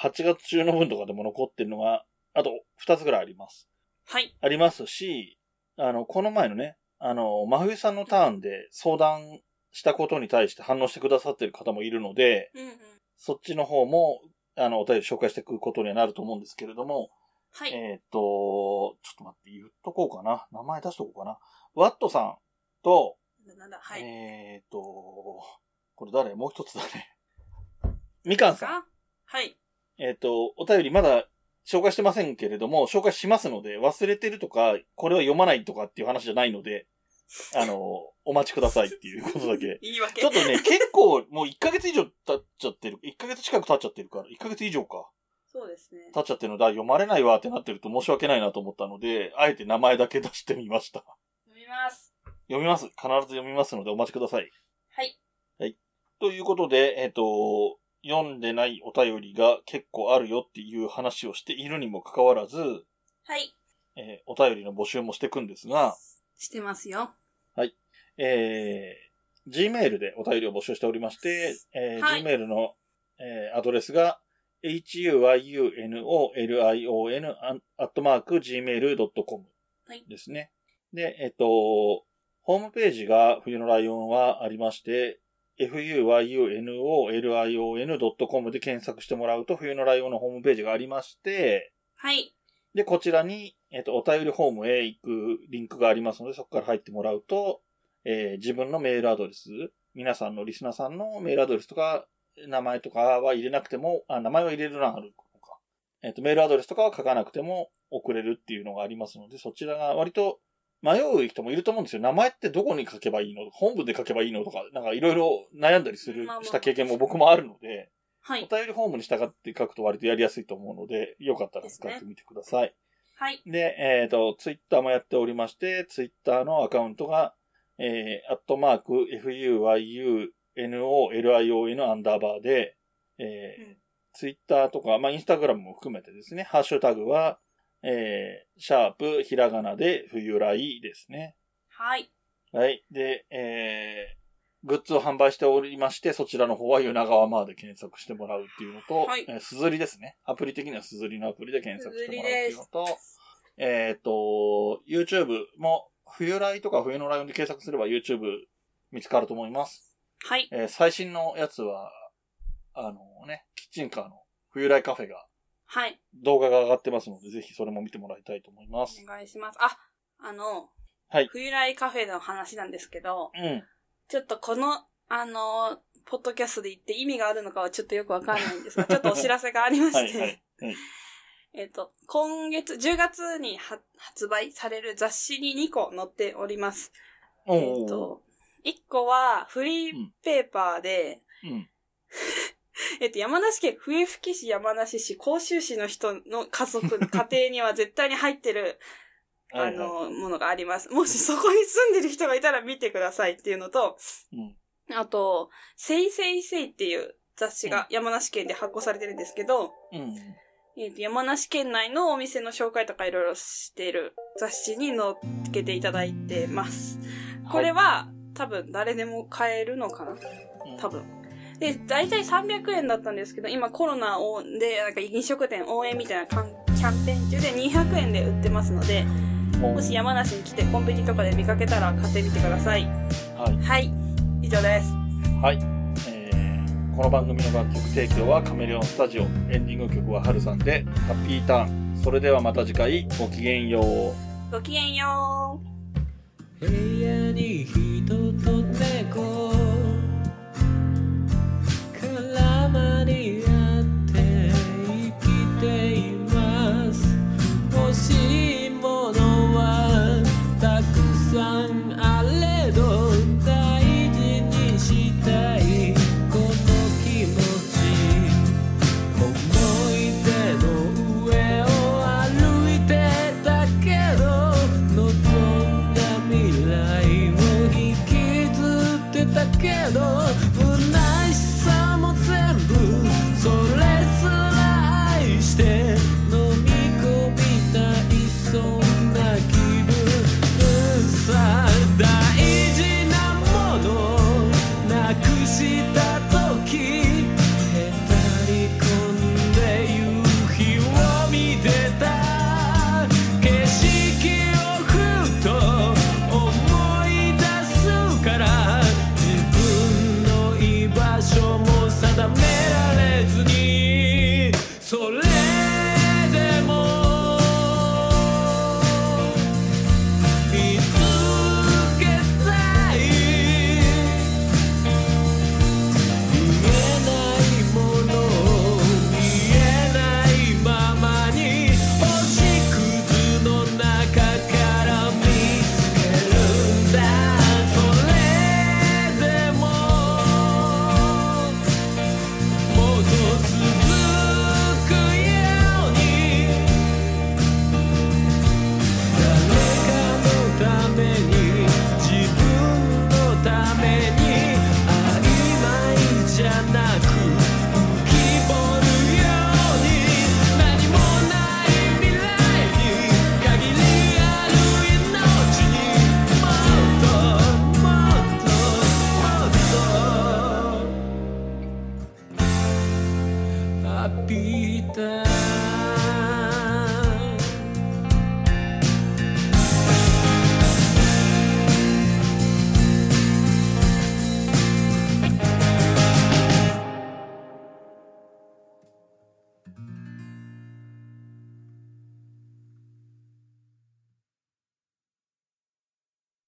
Speaker 1: 8月中の分とかでも残ってるのが、あと2つぐらいあります。
Speaker 2: はい。
Speaker 1: ありますし、あの、この前のね、あの、真冬さんのターンで相談したことに対して反応してくださってる方もいるので、
Speaker 2: うんうん。
Speaker 1: そっちの方も、あの、お便り紹介していくことにはなると思うんですけれども、
Speaker 2: はい。
Speaker 1: えっ、と、ちょっと待って、言っとこうかな。名前出しとこうかな。ワットさんと、
Speaker 2: なんだ、はい。
Speaker 1: えーと、これ誰もう一つだね。みかんさん。
Speaker 2: かはい。
Speaker 1: えっ、と、お便りまだ紹介してませんけれども、紹介しますので、忘れてるとか、これは読まないとかっていう話じゃないので、あの、お待ちくださいっていうことだ
Speaker 2: [laughs]。
Speaker 1: け
Speaker 2: 言い訳。
Speaker 1: ちょっとね、結構もう1ヶ月以上経っちゃってる。1ヶ月近く経っちゃってるから、1ヶ月以上か。
Speaker 2: そうですね。
Speaker 1: 経っちゃってるので、あ読まれないわってなってると申し訳ないなと思ったので、あえて名前だけ出してみました。
Speaker 2: 読みます。
Speaker 1: 読みます。必ず読みますのでお待ちください。
Speaker 2: はい。
Speaker 1: ということで、えっ、と、読んでないお便りが結構あるよっていう話をしているにもかかわらず、
Speaker 2: はい。
Speaker 1: えーお便りの募集もしていくんですが、
Speaker 2: してますよ。
Speaker 1: えー Gmail でお便りを募集しておりまして、えー
Speaker 2: はい
Speaker 1: Gmail の、えーアドレスが、huyunolion アットマーク gmail.com
Speaker 2: はい
Speaker 1: ですね。で、えっ、と、ホームページが冬のライオンはありまして、fuyunolion.com で検索してもらうと冬のライオンのホームページがありまして、
Speaker 2: はい。
Speaker 1: で、こちらに、えっ、と、お便りフォームへ行くリンクがありますので、そこから入ってもらうと、えー自分のメールアドレス、皆さんのリスナーさんのメールアドレスとか、名前とかは入れなくても、あ、名前は入れるな、あるのか。えっ、と、メールアドレスとかは書かなくても送れるっていうのがありますので、そちらが割と迷う人もいると思うんですよ。名前ってどこに書けばいいの本文で書けばいいのとか、なんかいろいろ悩んだりする
Speaker 2: まあま、あ
Speaker 1: した経験も僕もあるので、
Speaker 2: は
Speaker 1: お
Speaker 2: い。
Speaker 1: 便りフォームに従って書くと割とやりやすいと思うので、よかったら使ってみてください。
Speaker 2: はい。
Speaker 1: でえっ、と、ツイッターもやっておりまして、ツイッターのアカウントが、えー、アットマーク、fuyunolion アンダーバーで、えー
Speaker 2: うん
Speaker 1: ツイッターとか、まあ、インスタグラムも含めてですね、ハッシュタグは、えー、シャープ、ひらがなで、冬来ですね。
Speaker 2: はい。
Speaker 1: はい。で、えー、グッズを販売しておりまして、そちらの方は夜長マーで検索してもらうっていうのと、
Speaker 2: はい
Speaker 1: えー、すずりですね。アプリ的にはすずりのアプリで検索してもらうっていうのと、えっ、と、YouTube も、冬来とか冬のライオンで検索すれば YouTube 見つかると思います。
Speaker 2: はい。
Speaker 1: えー最新のやつは、あのね、キッチンカーの冬来カフェが
Speaker 2: はい。
Speaker 1: 動画が上がってますので、ぜひそれも見てもらいたいと思います
Speaker 2: お。願いします。あ、あの、
Speaker 1: はい
Speaker 2: 冬来カフェの話なんですけど、
Speaker 1: うん。
Speaker 2: ちょっとこの、あの、ポッドキャストで言って意味があるのかはちょっとよくわかんないん
Speaker 1: [laughs]
Speaker 2: ですが、ちょっとお知らせがありま
Speaker 1: は
Speaker 2: し
Speaker 1: い、
Speaker 2: て、
Speaker 1: はい。はい
Speaker 2: えっと、今月、10月には発売される雑誌に2個載っております。
Speaker 1: お
Speaker 2: えっ
Speaker 1: ー
Speaker 2: と、1個はフリーペーパーで、
Speaker 1: うん。
Speaker 2: [laughs] えっと、山梨県笛吹市、山梨市、甲州市の人の家族、家庭には絶対に入ってる、
Speaker 1: は
Speaker 2: あ
Speaker 1: いはい
Speaker 2: の、ものがあります。 [laughs] もしそこに住んでる人がいたら見てくださいっていうのと、
Speaker 1: うん
Speaker 2: あと、せいせいせいっていう雑誌が山梨県で発行されてるんですけど、
Speaker 1: うん。
Speaker 2: えっと山梨県内のお店の紹介とかいろいろしている雑誌に載っけていただいてます。これは、多分誰でも買えるのかな多分。で、大体300円だったんですけど、今コロナをで、なんか飲食店応援みたいなカンキャンペーン中で200円で売ってますので、
Speaker 1: 分
Speaker 2: もし山梨に来てコンビニとかで見かけたら買ってみてください。
Speaker 1: はい。
Speaker 2: はい。以上です。
Speaker 1: はい。えーこの番組の楽曲提供はカメレオンスタジオ。エンディング曲はハルさんで、ハッピーターン。それではまた次回、ごきげんよう。
Speaker 2: ごきげんよう。
Speaker 3: 部屋に人と猫絡まり合って生きていますピーター